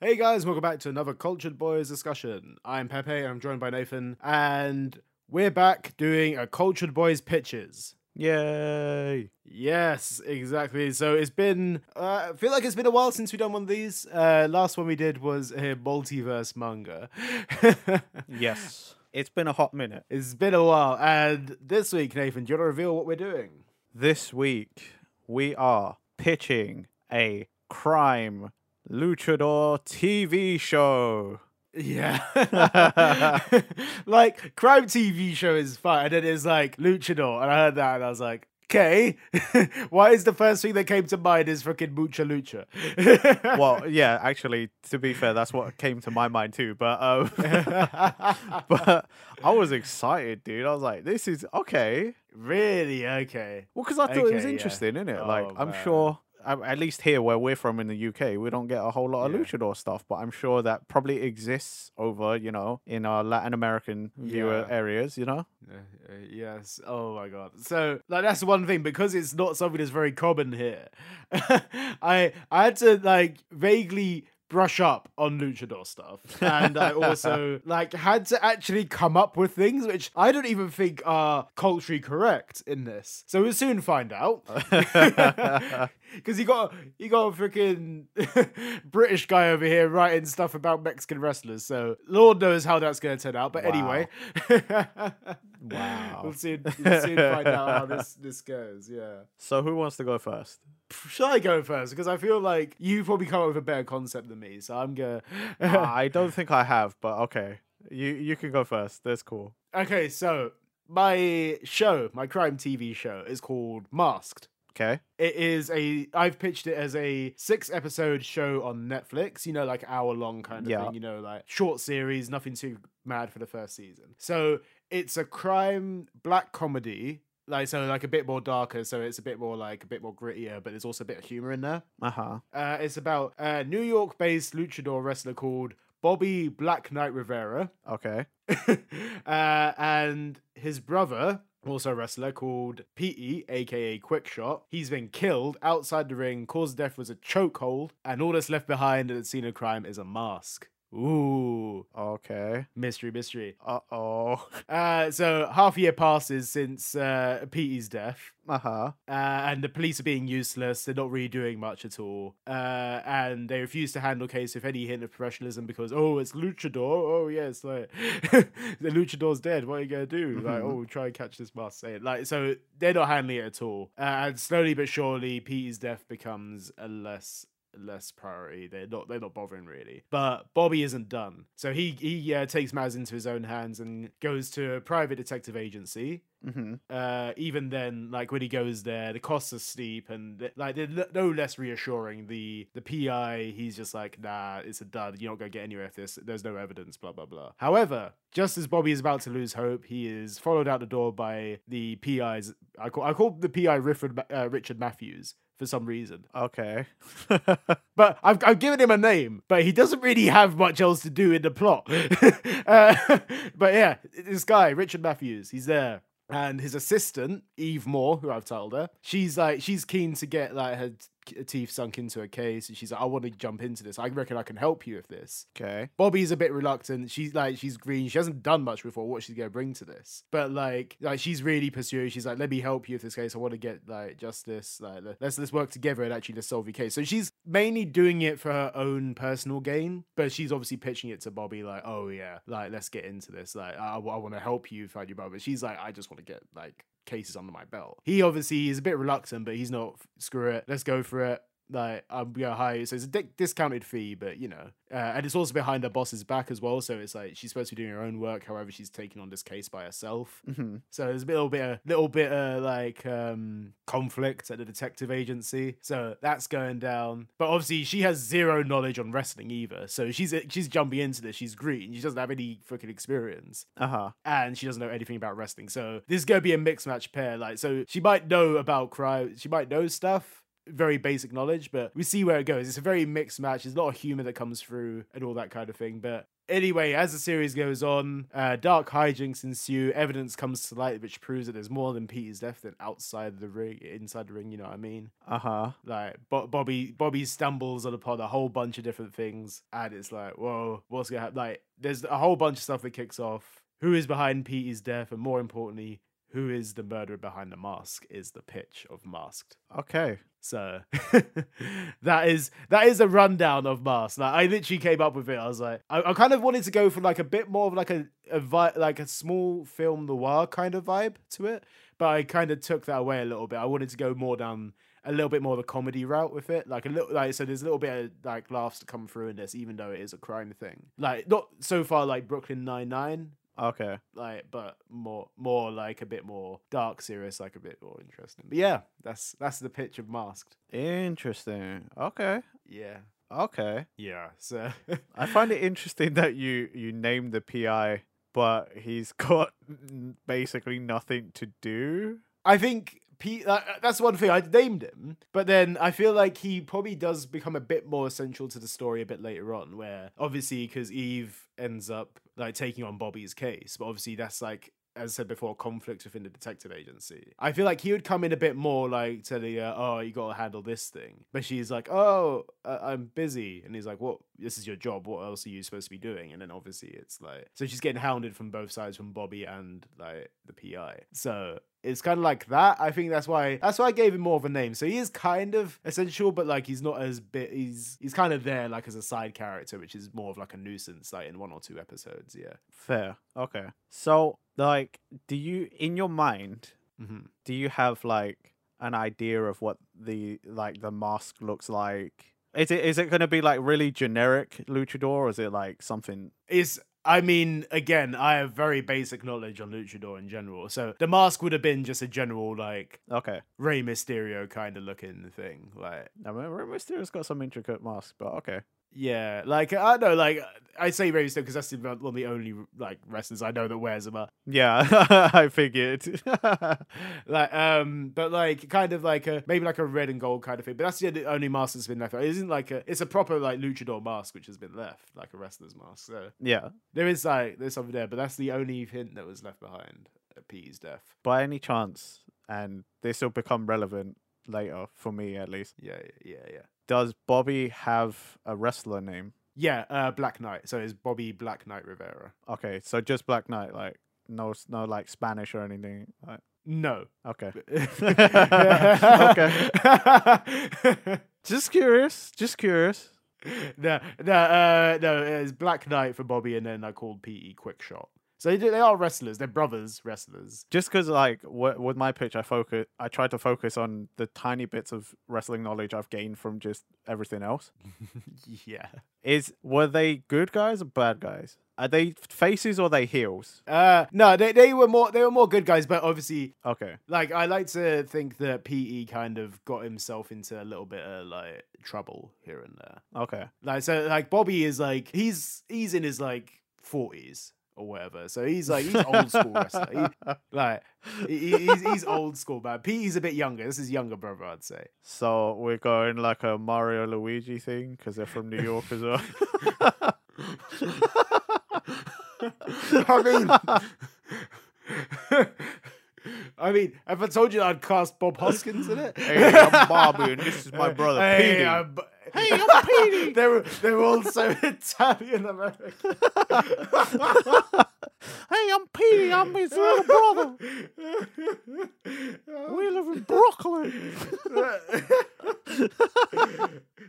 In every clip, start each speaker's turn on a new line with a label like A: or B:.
A: Hey guys, welcome back to another Cultured Boys discussion. I'm Pepe, and I'm joined by Nathan, and we're back doing a Cultured Boys pitches.
B: Yay!
A: Yes, exactly. So it's been, uh, I feel like it's been a while since we've done one of these. Uh, last one we did was a multiverse manga.
B: Yes. It's been a hot minute.
A: it's been a while, and this week, Nathan, do you want to reveal what we're doing?
B: This week, we are pitching a crime luchador TV show.
A: Yeah. like, crime TV show is fun. And then it's like Luchador. And I heard that and I was like, okay. Why is the first thing that came to mind is fucking Mucha Lucha?
B: Well, yeah, actually, to be fair, that's what came to my mind too. But um, but I was excited, dude. I was like, this is okay.
A: really? Okay.
B: Well, because I thought it was
A: Okay, yeah.
B: interesting, innit? like,
A: Oh,
B: I'm
A: man.
B: sure, a- at least here where we're from in the UK, we don't get a whole lot of
A: Yeah.
B: luchador stuff, but I'm sure that probably exists over, you know, in our Latin American viewer
A: Yeah.
B: areas, you know?
A: Uh, uh, yes. Oh my god. So like that's one thing because it's not something that's very common here. I I had to like vaguely brush up on luchador stuff and I also like had to actually come up with things which I don't even think are culturally correct in this. So we'll soon find out. Cuz you got you got a freaking British guy over here writing stuff about Mexican wrestlers. So lord knows how that's going to turn out. But
B: Wow.
A: anyway.
B: Wow.
A: We'll soon, we'll soon find out how this, this goes, yeah.
B: so who wants to go first?
A: Shall I go first? Because I feel like you've probably come up with a better concept than me, so I'm gonna.
B: Uh, I don't think I have, but okay. You you can go first. That's cool.
A: okay, so my show, my crime TV show, is called Masked.
B: Okay.
A: It is a. I've pitched it as a six episode show on Netflix. You know, like hour long kind of
B: Yeah.
A: thing. You know, like short series, nothing too mad for the first season. So it's a crime black comedy. Like so, like a bit more darker. So it's a bit more like a bit more grittier, but there's also a bit of humor in there.
B: Uh huh.
A: Uh, it's about a New York-based luchador wrestler called Bobby Black Knight Rivera,
B: Okay.
A: uh, and his brother, also a wrestler called E, PE, aka Quickshot, he's been killed outside the ring. Cause of death was a chokehold, and all that's left behind at the scene of crime is a mask. Ooh,
B: Okay.
A: mystery, mystery.
B: Uh oh.
A: Uh, so half a year passes since uh, PE's death,
B: Uh huh.
A: uh, and the police are being useless. They're not really doing much at all, uh, and they refuse to handle case with any hint of professionalism because oh, it's luchador. Oh yes, like the luchador's dead. What are you gonna do? Like
B: Mhm.
A: oh, try and catch this mask. Say it. Like so, they're not handling it at all. Uh, and slowly but surely, Pete's death becomes a less less priority. They're not they're not bothering really. But Bobby isn't done, so he he uh, takes matters into his own hands and goes to a private detective agency
B: Mm-hmm.
A: uh, even then, like when he goes there, the costs are steep, and th- like they're l- no less reassuring. The the PI, he's just like, nah, it's a dud. You're not gonna get anywhere with this. There's no evidence. Blah blah blah. However, just as Bobby is about to lose hope, he is followed out the door by the PI's. I call I call the PI Richard Ma- uh, Richard Matthews for some reason,
B: Okay.
A: but I've I've given him a name, but he doesn't really have much else to do in the plot. uh, but yeah, this guy Richard Matthews, he's there. And his assistant, Eve Moore, who I've told her, she's like, she's keen to get like her t- teeth sunk into a case. And she's like, I want to jump into this. I reckon I can help you with this.
B: okay.
A: Bobby's a bit reluctant. She's like, she's green. She hasn't done much before. What she's gonna bring to this? But like, like she's really pursuing. She's like, let me help you with this case. I want to get like justice. Like, le- let's let's work together and actually let's solve your case. So she's mainly doing it for her own personal gain, but she's obviously pitching it to Bobby like, oh yeah, like let's get into this. Like, I, want to help you find your brother. But she's like, I just want to get like cases under my belt. He obviously is a bit reluctant, but he's not. Screw it. Let's go for it like I'm gonna hire you. So it's a di- discounted fee, but you know, uh, and it's also behind her boss's back as well. So it's like she's supposed to be doing her own work. However, she's taking on this case by herself.
B: Mm-hmm.
A: So there's a little bit, a little bit of like um, conflict at the detective agency. So that's going down. But obviously, she has zero knowledge on wrestling either. So she's she's jumping into this. She's green. She doesn't have any freaking experience
B: Uh huh.
A: and she doesn't know anything about wrestling. So this is gonna be a mixed match pair. Like, so she might know about crime, she might know stuff, very basic knowledge, but we see where it goes. It's a very mixed match. There's a lot of humor that comes through and all that kind of thing. But anyway, as the series goes on, uh, dark hijinks ensue. Evidence comes to light, which proves that there's more than Peter's left than outside the ring, inside the ring. You know what I mean?
B: Uh huh.
A: Like Bo- Bobby, Bobby stumbles upon a whole bunch of different things, and it's like, whoa, what's gonna happen? Like, there's a whole bunch of stuff that kicks off. Who is behind Peter's death, and more importantly, who is the murderer behind the mask? Is the pitch of Masked.
B: Okay.
A: So that is that is a rundown of Mars. Like I literally came up with it. I was like, I, I kind of wanted to go for like a bit more of like a, a vi- like a small film noir kind of vibe to it, but I kind of took that away a little bit. I wanted to go more down a little bit more of a comedy route with it. Like a little like so there's a little bit of like laughs to come through in this, even though it is a crime thing. Like not so far like Brooklyn Nine Nine.
B: Okay.
A: Like, but more, more like a bit more dark, serious, like a bit more interesting. But yeah, that's that's the pitch of Masked.
B: Interesting. Okay.
A: Yeah.
B: Okay.
A: Yeah. So
B: I find it interesting that you you named the PI, but he's got n- basically nothing to do.
A: I think Pete. Uh, that's one thing I named him, but then I feel like he probably does become a bit more essential to the story a bit later on, where obviously because Eve ends up like taking on Bobby's case, but obviously that's like. As I said before, conflict within the detective agency. I feel like he would come in a bit more like telling her, "Oh, you got to handle this thing," but she's like, "Oh, I- I'm busy," and he's like, "What? This is your job. What else are you supposed to be doing?" And then obviously it's like, so she's getting hounded from both sides, from Bobby and like the PI. So it's kind of like that. I think that's why that's why I gave him more of a name. So he is kind of essential, but like he's not as bit. He's he's kind of there like as a side character, which is more of like a nuisance, like in one or two episodes. Yeah.
B: Fair. Okay. So like, do you in your mind
A: Mm-hmm.
B: do you have like an idea of what the like the mask looks like? Is it is it gonna be like really generic luchador, or is it like something?
A: It's. I mean, again, I have very basic knowledge on Luchador in general. So the mask would have been just a general like
B: Okay,
A: Rey Mysterio kind of looking thing, like
B: I mean, Rey Mysterio's got some intricate masks, but okay.
A: yeah, like I don't know, like I say Rey Mysterio because that's the- one of the only like wrestlers I know that wears a mask.
B: Yeah, I figured.
A: like um but like kind of like a maybe like a red and gold kind of thing but that's the only mask that's been left it isn't like a it's a proper like luchador mask which has been left like a wrestler's mask so
B: yeah.
A: there is like there's something there but that's the only hint that was left behind at pete's death
B: By any chance, and this will become relevant later for me at least.
A: yeah yeah yeah
B: Does Bobby have a wrestler name?
A: yeah uh black knight so it's bobby black knight rivera
B: Okay, so just Black Knight, like no, s- no, like Spanish or anything. Like,
A: no
B: okay.
A: okay
B: Just curious. Just curious.
A: no, no, uh, no. It's Black Knight for Bobby, and then I called PE Quick Shot. So they, do, they are wrestlers. They're brothers wrestlers.
B: Just because, like, w- with my pitch, I focus. I try to focus on the tiny bits of wrestling knowledge I've gained from just everything else.
A: yeah.
B: Is were they good guys or bad guys? Are they f- faces or they heels?
A: Uh, no, they, they were more they were more good guys, but obviously,
B: Okay.
A: like I like to think that PE kind of got himself into a little bit of like trouble here and there.
B: Okay.
A: Like so, like Bobby is like he's he's in his like forties or whatever, so he's like he's old school wrestler. He- like he, he- he's, he's old school, man. PE's a bit younger. This is younger brother, I'd say.
B: So we're going like a Mario Luigi thing because they're from New York as well.
A: I mean, I mean, have I told you that I'd cast Bob Hoskins in it?
B: Hey, I'm Bobby, and this is my brother,
A: Hey,
B: Petey.
A: I'm, hey, I'm Petey. they're they're all so Italian American.
B: hey, I'm Petey. I'm his little brother. We live in Brooklyn.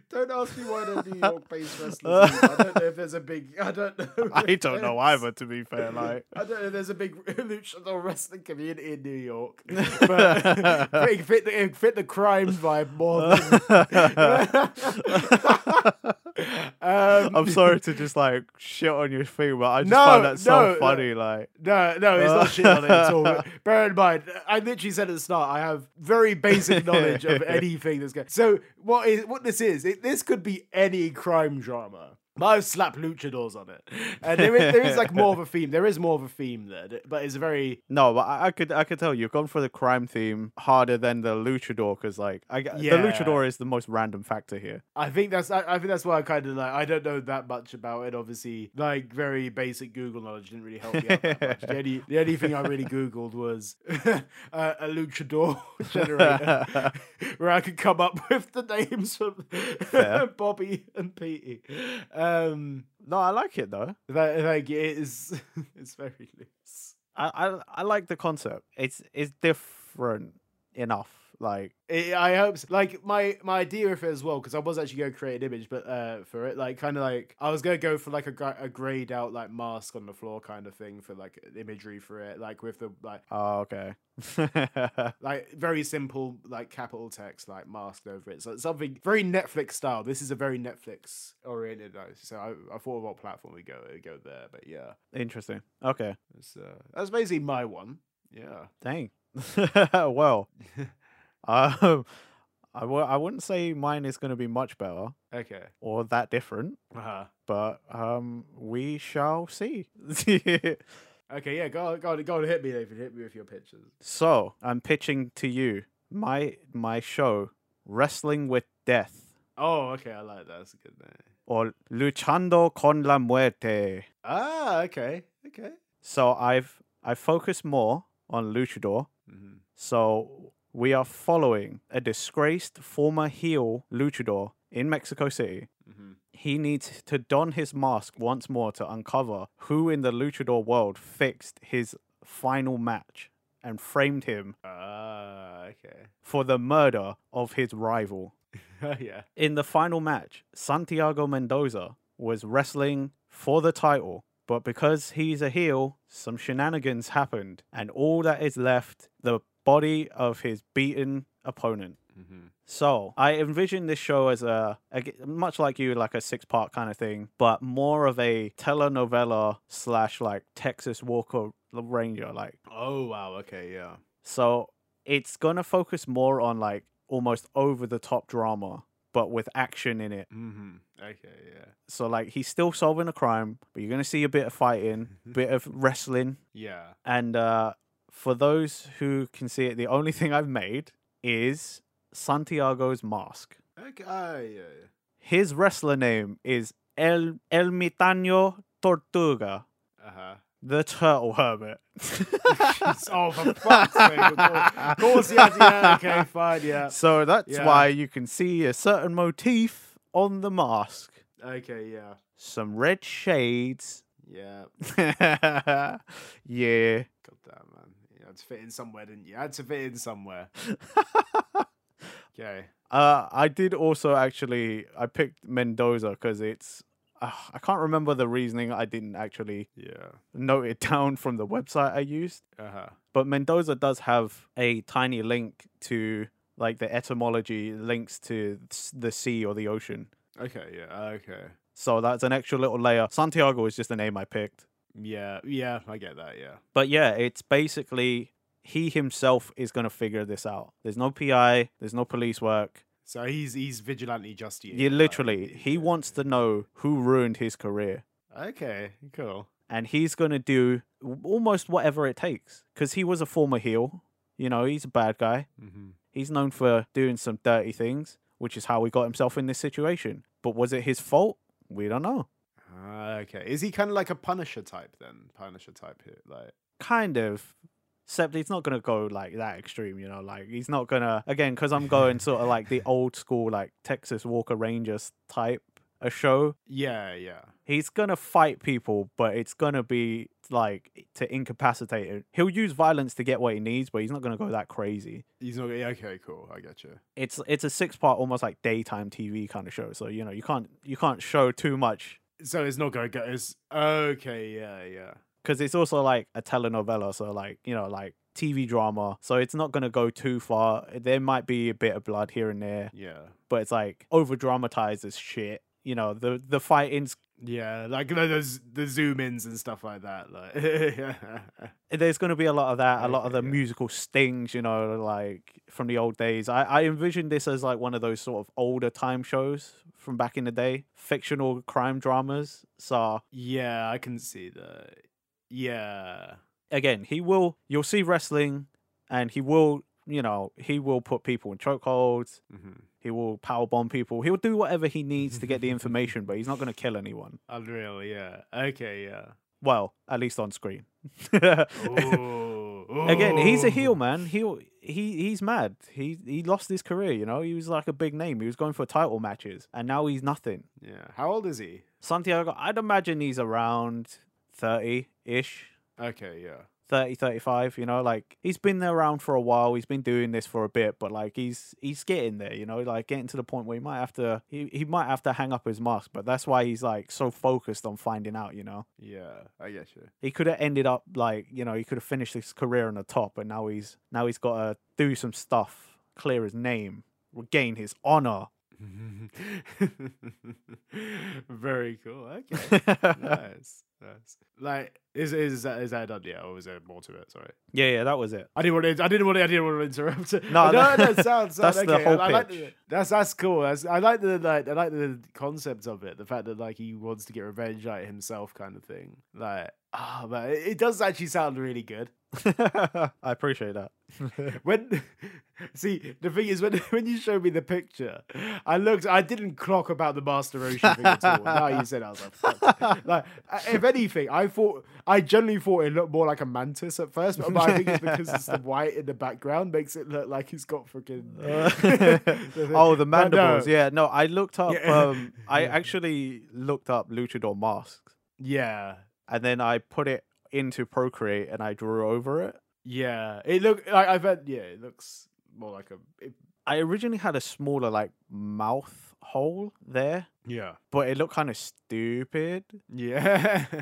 A: don't ask me why they're New York-based wrestlers. is. I don't know if there's a big. I don't know.
B: I
A: if
B: don't know
A: there's-
B: either, to be fair. Like,
A: I don't know. There's a big luchador wrestling community in New York, but it fit the, it fit the crime vibe more. Than, um,
B: I'm sorry to just like shit on your thing, but I just
A: No,
B: find that so
A: no,
B: funny. Like,
A: no, no, it's
B: Uh.
A: not shit on it at all. But bear in mind, I literally said at the start, I have very basic knowledge of anything that's going. So what is what this is? It, this could be any crime drama. But I would slap luchadors on it. And there is, there is like more of a theme. There is more of a theme there, th- but it's very
B: No, but I, I could I could tell you've gone for the crime theme harder than the luchador because like I, g- the
A: Yeah.
B: luchador is the most random factor here.
A: I think that's I, I think that's why I kind of like I don't know that much about it. Obviously, like very basic Google knowledge didn't really help me out that much. The only, the only thing I really googled was uh, a luchador generator, where I could come up with the names from
B: Fair.
A: Bobby and Petey. Um,
B: No, I like it though.
A: that, like it is, it's very loose.
B: I I, I like the concept. It's it's different enough. Like
A: It, I hope so. like my my idea of it as well because I was actually going to create an image, but uh, for it like kind of like I was going to go for like a gra- a grayed out like mask on the floor kind of thing for like imagery for it, like with the like
B: oh okay.
A: like very simple like capital text like masked over it. So it's something very Netflix style. This is a very Netflix oriented. like, So I, I thought what platform we go we go there, but yeah,
B: Interesting. Okay.
A: it's, uh, that's basically my one. Yeah.
B: Dang. well, um, I w- I wouldn't say mine is going to be much better
A: Okay.
B: or that different,
A: Uh-huh.
B: but um, we shall see.
A: Okay. Yeah. Go on, go on, go on, hit me, David. Hit me with your pictures.
B: so I'm pitching to you my my show, Wrestling with Death,
A: Oh, okay. I like that. That's a good name.
B: or Luchando con la Muerte.
A: Ah, okay, okay.
B: So I've I focus more on Luchador
A: Mm-hmm.
B: So we are following a disgraced former heel luchador in Mexico City.
A: Mhm.
B: He needs to don his mask once more to uncover who in the luchador world fixed his final match and framed him
A: Ah, okay.
B: for the murder of his rival.
A: yeah.
B: In the final match, Santiago Mendoza was wrestling for the title, but because he's a heel, some shenanigans happened, and all that is left the body of his beaten opponent.
A: Mm-hmm.
B: So I envision this show as a, a g- much like you, like a six part kind of thing, but more of a telenovela slash like Texas Walker Ranger. Like,
A: Oh wow. Okay. Yeah.
B: so it's gonna focus more on like almost over the top drama, but with action in it.
A: Mm-hmm. Okay. Yeah.
B: So like he's still solving a crime, but you're gonna see a bit of fighting,
A: Mm-hmm.
B: bit of wrestling,
A: Yeah.
B: and uh, for those who can see it, the only thing I've made is Santiago's mask.
A: Okay. ah, yeah. yeah.
B: His wrestler name is El Ermitaño Tortuga,
A: Uh-huh.
B: the Turtle Hermit.
A: Jeez, oh, for fuck's sake. Of course- of course, yeah, yeah. Okay, fine, yeah.
B: so that's
A: Yeah.
B: why you can see a certain motif on the mask,
A: Okay, yeah.
B: some red shades.
A: Yeah.
B: yeah.
A: God damn, man. You had to fit in somewhere, didn't you? You had to fit in somewhere. okay.
B: Uh, I did also actually. I picked Mendoza because it's. Uh, I can't remember the reasoning. I didn't actually
A: Yeah.
B: note it down from the website I used.
A: Uh-huh.
B: But Mendoza does have a tiny link to like the etymology links to s- the sea or the ocean.
A: Okay, yeah. Okay.
B: So that's an extra little layer. Santiago is just the name I picked.
A: Yeah. Yeah, I get that, yeah.
B: But yeah, it's basically he himself is going to figure this out. There's no PI, there's no police work.
A: So he's he's vigilante justice.
B: Yeah, literally, he wants to know who ruined his career,
A: Okay, cool.
B: and he's gonna do w- almost whatever it takes because he was a former heel. You know, he's a bad guy.
A: Mm-hmm.
B: He's known for doing some dirty things, which is how he got himself in this situation. But was it his fault? We don't know.
A: Ah, okay, is he kind of like a Punisher type then? Punisher type here, like
B: Kind of. Except he's not gonna go like that extreme, you know. Like he's not gonna again because I'm going sort of like the old school like Texas Walker Rangers type a show.
A: yeah, yeah.
B: He's gonna fight people, but it's gonna be like to incapacitate him. He'll use violence to get what he needs, but he's not gonna go that crazy.
A: He's not yeah, okay, cool. I get you.
B: It's it's a six part, almost like daytime TV kind of show. So you know you can't you can't show too much
A: So it's not gonna go. It's okay, yeah, yeah.
B: because it's also like a telenovela. So like you know like TV drama. So it's not gonna go too far. There might be a bit of blood here and there,
A: Yeah.
B: but it's like over dramatized as shit. you know the the fighting's
A: Yeah, like you know, those the zoom ins and stuff like that. Like,
B: there's going to be a lot of that, a lot of
A: Okay,
B: the
A: yeah.
B: musical stings, you know, like from the old days. I, I envision this as like one of those sort of older time shows from back in the day, fictional crime dramas. So
A: yeah, I can see that. Yeah,
B: again, he will, you'll see wrestling and he will, you know, he will put people in chokeholds.
A: Mhm.
B: He will power bomb people. He'll do whatever he needs to get the information, but he's not going to kill anyone.
A: unreal. Yeah, okay, yeah.
B: Well, at least on screen.
A: Ooh,
B: Again, he's a heel
A: ooh.
B: man. He he he's mad. He he lost his career. You know, he was like a big name. He was going for title matches, and now he's nothing.
A: Yeah, how old is he?
B: Santiago, I'd imagine he's around thirty ish.
A: Okay, yeah.
B: 30 35 you know like he's been there around for a while he's been doing this for a bit but like he's he's getting there you know like getting to the point where he might have to he, he might have to hang up his mask but that's why he's like so focused on finding out you know
A: Yeah, I get you.
B: he could have ended up like you know he could have finished his career on the top and now he's now he's got to do some stuff clear his name regain his honor
A: Very cool. Okay.
B: yeah
A: nice. Nice. Like, is is that is that done yet, or is there more to it? Sorry,
B: yeah that was it
A: I didn't want to. I didn't want to. I didn't want to interrupt. no,
B: No, that-
A: no. Sounds. sounds
B: that's
A: okay.
B: the whole
A: I, I like the,
B: pitch.
A: that's that's cool. That's, I like the like. I like the concept of it. The fact that like he wants to get revenge like himself, kind of thing. Like, ah, man, it, it does actually sound really good.
B: i appreciate that
A: When see the thing is when when you showed me the picture, I looked. I didn't clock about the Master Ocean thing at all. Now you said, it, I was like, fuck. like I- if anything, I thought I generally thought it looked more like a mantis at first, but I think it's because it's the white in the background makes it look like he's got freaking
B: Uh, oh the mandibles yeah no i looked up
A: Yeah.
B: um i actually looked up luchador masks
A: yeah,
B: and then i put it into procreate and i drew over it
A: yeah. It look. I, I've had. Yeah, it looks more like a. It,
B: i originally had a smaller like mouth hole there
A: yeah,
B: but it looked kind of stupid
A: yeah,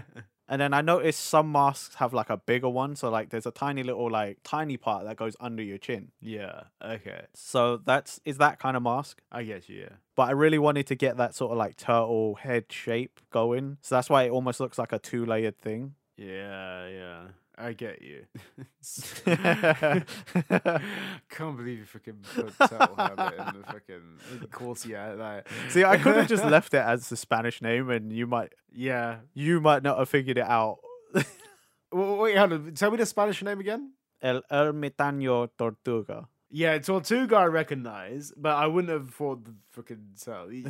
B: And then I noticed some masks have like a bigger one. So like there's a tiny little like tiny part that goes under your chin.
A: yeah. Okay,
B: So that's is that kind of mask.
A: I get you. Yeah.
B: But I really wanted to get that sort of like turtle head shape going. So that's why it almost looks like a two layered thing.
A: Yeah, yeah. I get you. Can't believe you fucking put Turtle Hermit in the fucking in Corsia. Like.
B: See, I could have just left it as the Spanish name and you might
A: Yeah.
B: you might not have figured it out.
A: Well, wait, hold on. Tell me the Spanish name again.
B: El Ermitaño Tortuga.
A: Yeah, Tortuga I recognize, but I wouldn't have thought the fucking Turtle. Y-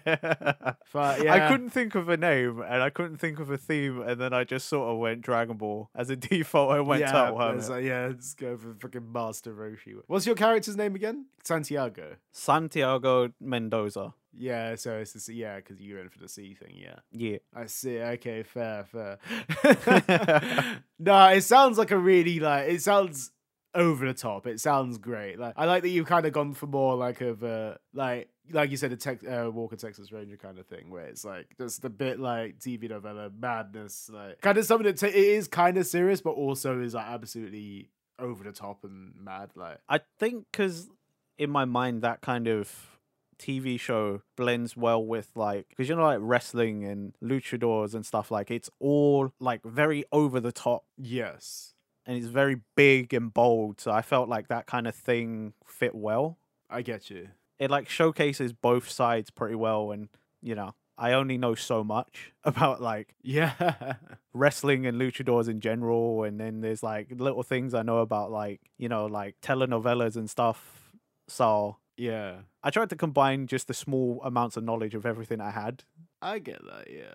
A: Yeah. But, yeah.
B: I couldn't think of a name and I couldn't think of a theme, and then I just sort of went Dragon Ball as a default. I went
A: yeah,
B: Turtle
A: but it's
B: Hermit.
A: like, yeah, let's go for fucking Master Roshi. What's your character's name again? Santiago.
B: Santiago Mendoza.
A: Yeah, so it's this, yeah, because you're in for the C thing, yeah.
B: Yeah,
A: I see. Okay, fair, fair. no, it sounds like a really like it sounds over the top. It sounds great. Like I like that you've kind of gone for more like of a like like you said a Tex uh, Walker Texas Ranger kind of thing, where it's like just a bit like TV novella madness, like kind of something that ta- it is kind of serious, but also is like absolutely over the top and mad. Like
B: I think because in my mind that kind of TV show blends well with like because you know like wrestling and luchadors and stuff like it's all like very over the top
A: yes,
B: and it's very big and bold. So I felt like that kind of thing fit well.
A: I get you.
B: it like showcases both sides pretty well and you know i only know so much about like
A: Yeah,
B: wrestling and luchadors in general and then there's like little things i know about like you know like telenovelas and stuff so
A: yeah.
B: i tried to combine just the small amounts of knowledge of everything i had
A: I get that. Yeah.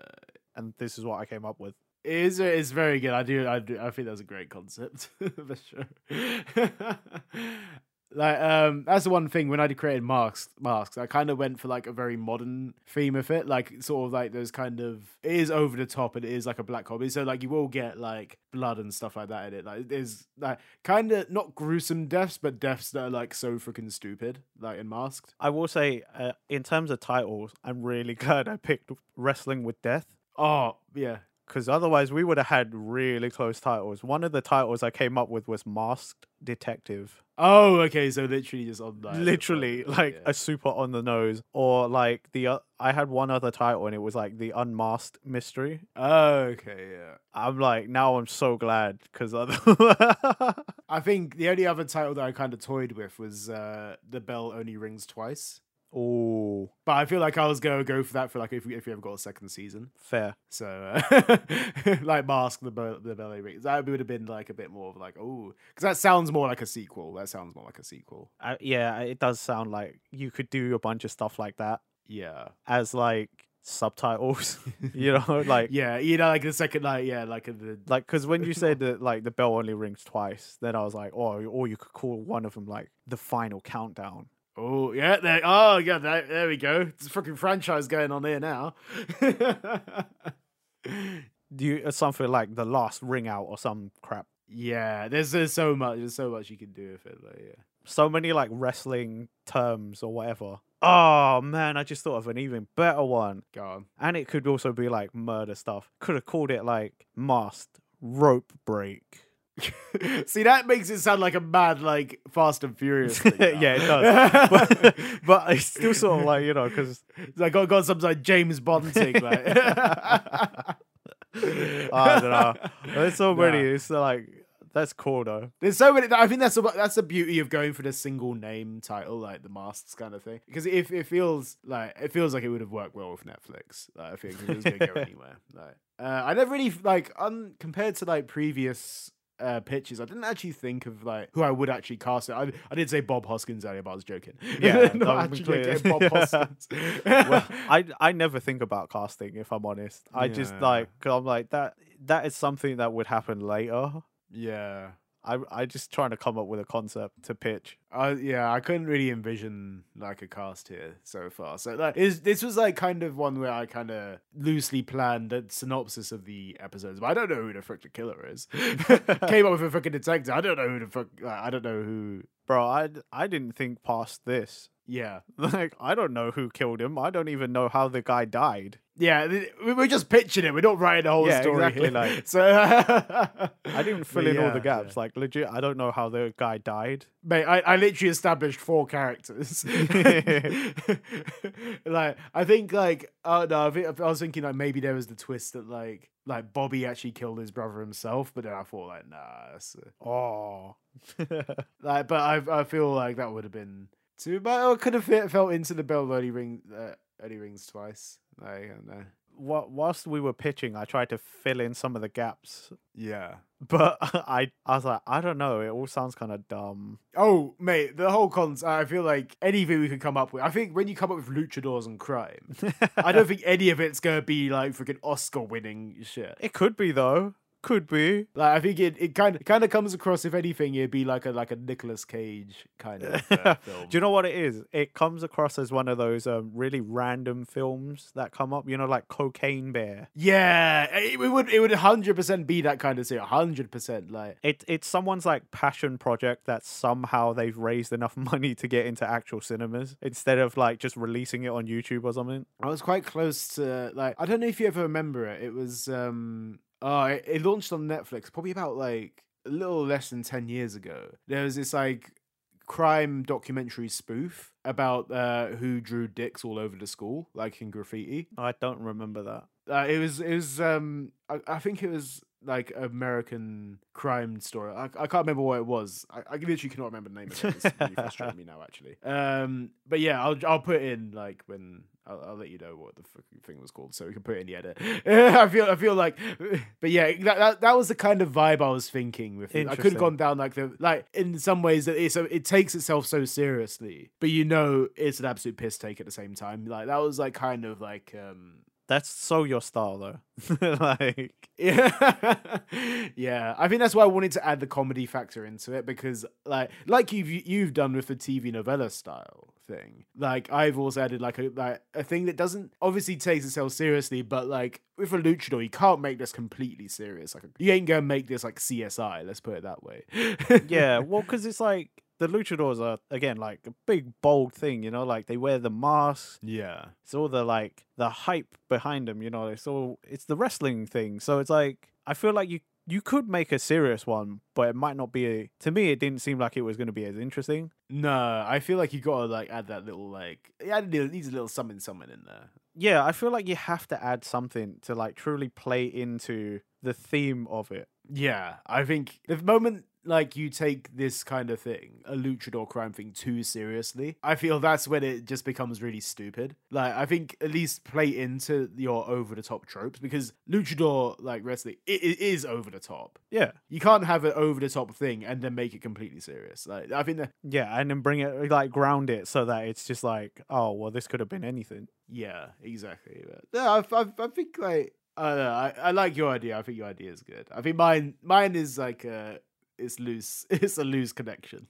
B: and this is what i came up with
A: It is it is very good. I do I do I think that's a great concept for sure. like um that's the one thing when I created masks masks, I kind of went for like a very modern theme of it. Like sort of like those kind of it is over the top and it is like a black comedy. So like you will get like blood and stuff like that in it. Like it is like kinda not gruesome deaths, but deaths that are like so freaking stupid, like in masked.
B: i will say uh, in terms of titles i'm really glad i picked wrestling with death
A: Oh yeah.
B: because otherwise we would have had really close titles. One of the titles I came up with was Masked Detective.
A: Oh, okay. So literally just on like, the
B: Literally,
A: phone,
B: like
A: yeah.
B: a super on the nose, or like the uh, I had one other title and it was like the Unmasked Mystery.
A: Oh, okay, yeah.
B: I'm like now I'm so glad because other
A: I think the only other title that I kind of toyed with was uh, "The Bell Only Rings Twice,"
B: oh
A: but I feel like I was gonna go for that for like if we, if we ever got a second season.
B: fair
A: So uh, like mask the bell, the belly rings. That would have been like a bit more of like oh because that sounds more like a sequel. That sounds more like a sequel.
B: uh, yeah it does sound like you could do a bunch of stuff like that
A: Yeah,
B: as like subtitles you know like
A: yeah. You know, like the second like yeah, like in the
B: Like, because when you said that, like, the bell only rings twice, then I was like, oh, or you could call one of them, like, the final countdown.
A: oh yeah there oh yeah there, there we go. It's a freaking franchise going on here now.
B: Do you, or something like the last ring out or some crap.
A: yeah, there's there's so much there's so much you can do with it. Like yeah.
B: So many, like, wrestling terms or whatever. Oh, man, I just thought of an even better one.
A: Go on.
B: And it could also be, like, murder stuff. Could have called it, like, masked rope break.
A: See, that makes it sound like a mad, like Fast and Furious. Thing now.
B: Yeah, it does. But, but it's still sort of like, you know, because
A: It's like got got some like James Bond thing. Like.
B: I I don't know. There's so
A: Nah.
B: many. It's like that's cool though.
A: There's so many. I think that's the that's the beauty of going for the single name title, like the masks kind of thing, because if it feels like it feels like it would have worked well with Netflix. Like, I think if it was going to go anywhere. Like uh, I never really like un compared to like previous. Uh, pitches. I didn't actually think of like who I would actually cast it. I, I did say Bob Hoskins earlier, but I was joking.
B: Yeah, that
A: not
B: was
A: actually gonna
B: clear.
A: get Bob
B: Yeah.
A: Hoskins.
B: Well, I I never think about casting if I'm honest. I just
A: Yeah.
B: like i I'm like that that is something that would happen later.
A: yeah,
B: I I just trying to come up with a concept to pitch.
A: I yeah, I couldn't really envision like a cast here so far. So like, is this was like kind of one where I kind of loosely planned a synopsis of the episodes, but I don't know who the frick the killer is. Came up with a fucking detective. I don't know who the fuck. Like, I don't know who.
B: Bro, I I didn't think past this.
A: Yeah,
B: Like I don't know who killed him. I don't even know how the guy died.
A: yeah. th- we- We're just pitching it. We're not writing the whole
B: Yeah,
A: story.
B: exactly,
A: here.
B: like-
A: so
B: I
A: I
B: didn't fill in all the gaps. Like legit, I don't know how the guy died.
A: Mate, I, I literally established four characters. like, I think like oh no, I, think, I was thinking like maybe there was the twist that like like Bobby actually killed his brother himself, but then I thought like nah, that's, uh,
B: Oh.
A: like but I I feel like that would have been too much. Or could have fit, felt into the bell only ring uh, only rings twice. Like, I don't know.
B: wh- whilst we were pitching, I tried to fill in some of the gaps,
A: Yeah.
B: but I I was like, I don't know. It all sounds kind of dumb.
A: Oh, mate, the whole cons. I feel like anything we could come up with. I think when you come up with luchadors and crime, I don't think any of it's gonna be like freaking Oscar-winning shit.
B: It could be though. Could be.
A: Like I think it, it kind of kind of comes across. If anything, it'd be like a like a Nicolas Cage kind of uh, film.
B: Do you know what it is? It comes across as one of those um, really random films that come up. You know, like Cocaine Bear.
A: yeah, it, it would it would hundred percent be that kind of thing. hundred percent. Like
B: It it's someone's like passion project that somehow they've raised enough money to get into actual cinemas instead of like just releasing it on YouTube or something.
A: I was quite close to like I don't know if you ever remember it. It was um oh it, it launched on Netflix probably about like a little less than ten years ago. There was this like crime documentary spoof about uh who drew dicks all over the school like in graffiti
B: I don't remember that.
A: uh, it was it was um I, I think it was like American crime story. I, I can't remember what it was. I, I literally cannot remember the name of it. It's really frustrating me now actually. Um, but yeah, I'll I'll put in like when I'll, I'll let you know what the fucking thing was called so we can put it in the edit. I feel I feel like, but yeah, that, that that was the kind of vibe I was thinking with. it. I could have
B: Interesting.
A: gone down like the like in some ways that it's a, it takes itself so seriously, but you know it's an absolute piss take at the same time. Like that was like kind of like um
B: That's so your style though. like
A: yeah, yeah. I think that's why I wanted to add the comedy factor into it because, like, like you've you've done with the TV novella style thing. Like, I've also added like a like a thing that doesn't obviously takes itself seriously, but like with a luchador, you can't make this completely serious. Like, you ain't gonna make this like CSI. Let's put it that way.
B: yeah well because it's like the luchadors are again like a big bold thing, you know, like they wear the masks.
C: Yeah.
B: It's all the like the hype behind them, you know. It's all it's the wrestling thing. So it's like I feel like you you could make a serious one, but it might not be. A, to me, it didn't seem like it was going to be as interesting.
A: No, I feel like you gotta like add that little like yeah, it needs a little summon summon in there.
B: Yeah, I feel like you have to add something to like truly play into the theme of it.
A: Yeah, I think the moment like you take this kind of thing, a luchador crime thing, too seriously, I feel that's when it just becomes really stupid. Like I think at least play into your over the top tropes because luchador like wrestling it, it is over the top.
B: Yeah,
A: You can't have an over the top thing and then make it completely serious. Like I think that
B: yeah, and then bring it like ground it so that it's just like, oh well, this could have been anything.
A: yeah, exactly. But yeah, I, I, I think like I don't know. I, I like your idea. I think your idea is good. I think mine mine is like a it's loose. It's a loose connection.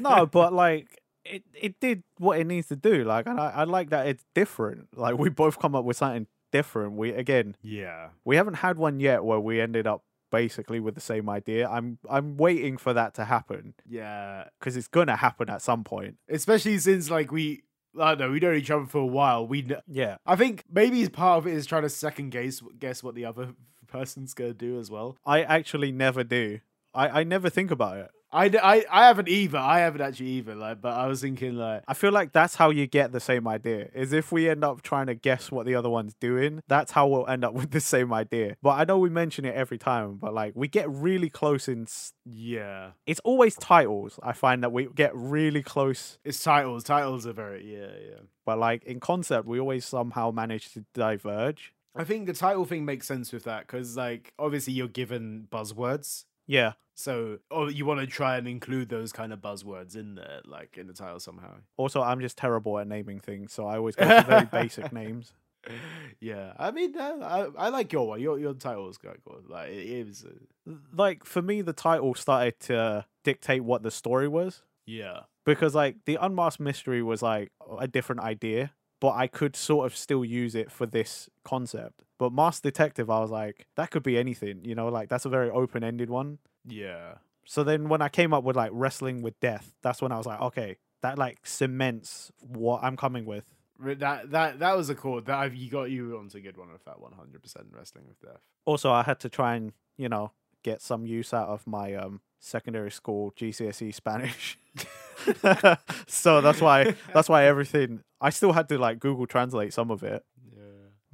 B: no, but like it, it did what it needs to do. Like, and I, I like that it's different. Like, we both come up with something different. We again,
C: Yeah.
B: we haven't had one yet where we ended up basically with the same idea. I'm I'm waiting for that to happen
A: yeah,
B: because it's gonna happen at some point.
A: especially since like we I don't know we know each other for a while. We kn-
B: Yeah,
A: I think maybe part of it is trying to second guess guess what the other person's gonna do as well.
B: I actually never do. I, I never think about it.
A: I, d- I, I haven't either. I haven't actually either. Like, but I was thinking like
B: I feel like that's how you get the same idea. Is if we end up trying to guess what the other one's doing, that's how we'll end up with the same idea. But I know we mention it every time, but like we get really close in s-
A: yeah,
B: it's always titles. I find that we get really close,
A: it's titles. Titles are very yeah yeah.
B: but like in concept, we always somehow manage to diverge.
A: I think the title thing makes sense with that because, like, obviously you're given buzzwords,
B: Yeah,
A: so or you want to try and include those kind of buzzwords in there, like in the title somehow.
B: Also, I'm just terrible at naming things, so I always go for very basic names.
A: yeah, I mean, uh, I, I like your one. Your your title is quite good. Like, it is. Uh,
B: Like for me, the title started to dictate what the story was
A: yeah,
B: because like the unmasked mystery was like a different idea, but I could sort of still use it for this concept. But masked detective, I was like, that could be anything, you know, like that's a very open-ended one.
A: yeah,
B: So then when I came up with like wrestling with death, that's when I was like, okay, that like cements what I'm coming with.
A: Re- that that that was a chord that I've, you got you onto a good one with that one hundred percent wrestling with death.
B: Also, I had to try and, you know, get some use out of my um secondary school GCSE E Spanish.
A: Oh,
B: so that's why that's why everything I still had to like Google translate some of it,
A: Yeah,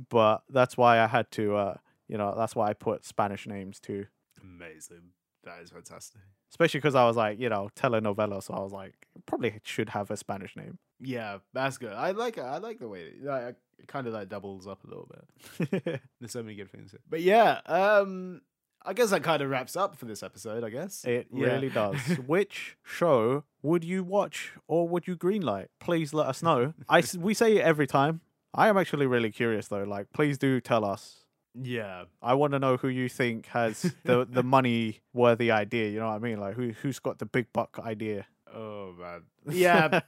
B: but that's why I had to uh you know, that's why I put Spanish names too.
A: amazing. That is fantastic.
B: Especially because I was like, you know, telenovela, so I was like, probably should have a Spanish name.
A: Yeah, that's good. I like it. I like the way like, it kind of like doubles up a little bit. There's so many good things. Here. But yeah, um, I guess that kind of wraps up for this episode. I guess
B: It
A: Yeah.
B: really does. Which show would you watch or would you greenlight? Please let us know. I s- we say it every time. I am actually really curious though. Like, please do tell us.
A: yeah,
B: I want to know who you think has the the money worthy idea. You know what I mean? Like, who who's got the big buck idea?
A: Oh man. Yeah.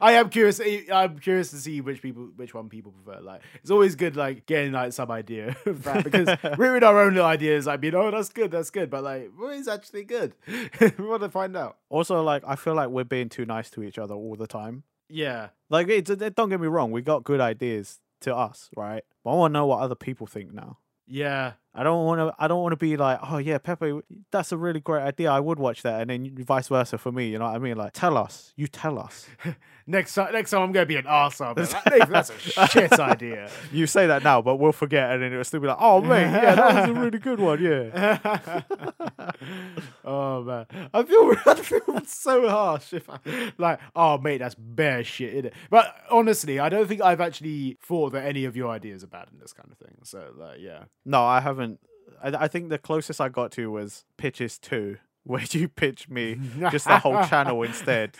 A: I am curious. eh, I'm curious to see which people, which one people prefer. Like, it's always good, like getting like some idea of that because we're in our own little ideas. Like, you know, that's good, that's good. But like, what is actually good? we want to find out.
B: also, like, I feel like we're being too nice to each other all the time.
A: Yeah,
B: Like, it's, it, don't get me wrong. We got good ideas to us, right? But I want to know what other people think now.
A: yeah,
B: I don't want to. I don't want to be like, oh yeah, Pepe, that's a really great idea. I would watch that, and then you- vice versa for me. You know what I mean? Like, tell us. You tell us.
A: Next time, next time I'm gonna be an arsehole. I'll be Like, "Nathan, that's a shit idea.
B: you say that now, but we'll forget, and then it'll still be like, oh mate, yeah, that was a really good one. Yeah.
A: oh man, I feel I feel so harsh if I like. Oh mate, that's bare shit, is it? But honestly, I don't think I've actually thought that any of your ideas are bad in this kind of thing. So like, yeah,
B: No, I haven't. I, I think the closest I got to was pitches two, where you pitched me just the whole channel instead.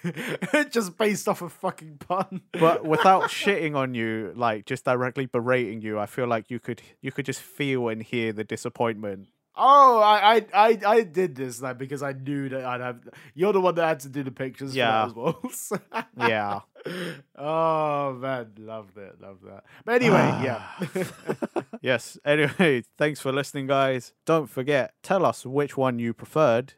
A: just based off a fucking pun.
B: But without shitting on you, like just directly berating you, I feel like you could you could just feel and hear the disappointment.
A: oh, I I I, I did this like because I knew that I'd have. You're the one that had to do the pictures.
B: Yeah.
A: for that as well. so-
B: Yeah.
A: oh man, loved it, loved that. But anyway, yeah.
B: Yes. Anyway, thanks for listening, guys. Don't forget, tell us which one you preferred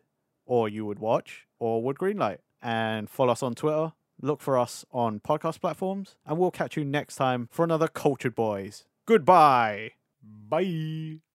B: or you would watch. or Wood Greenlight. And follow us on Twitter. Look for us on podcast platforms. And we'll catch you next time for another Cultured Boys. Goodbye.
A: Bye.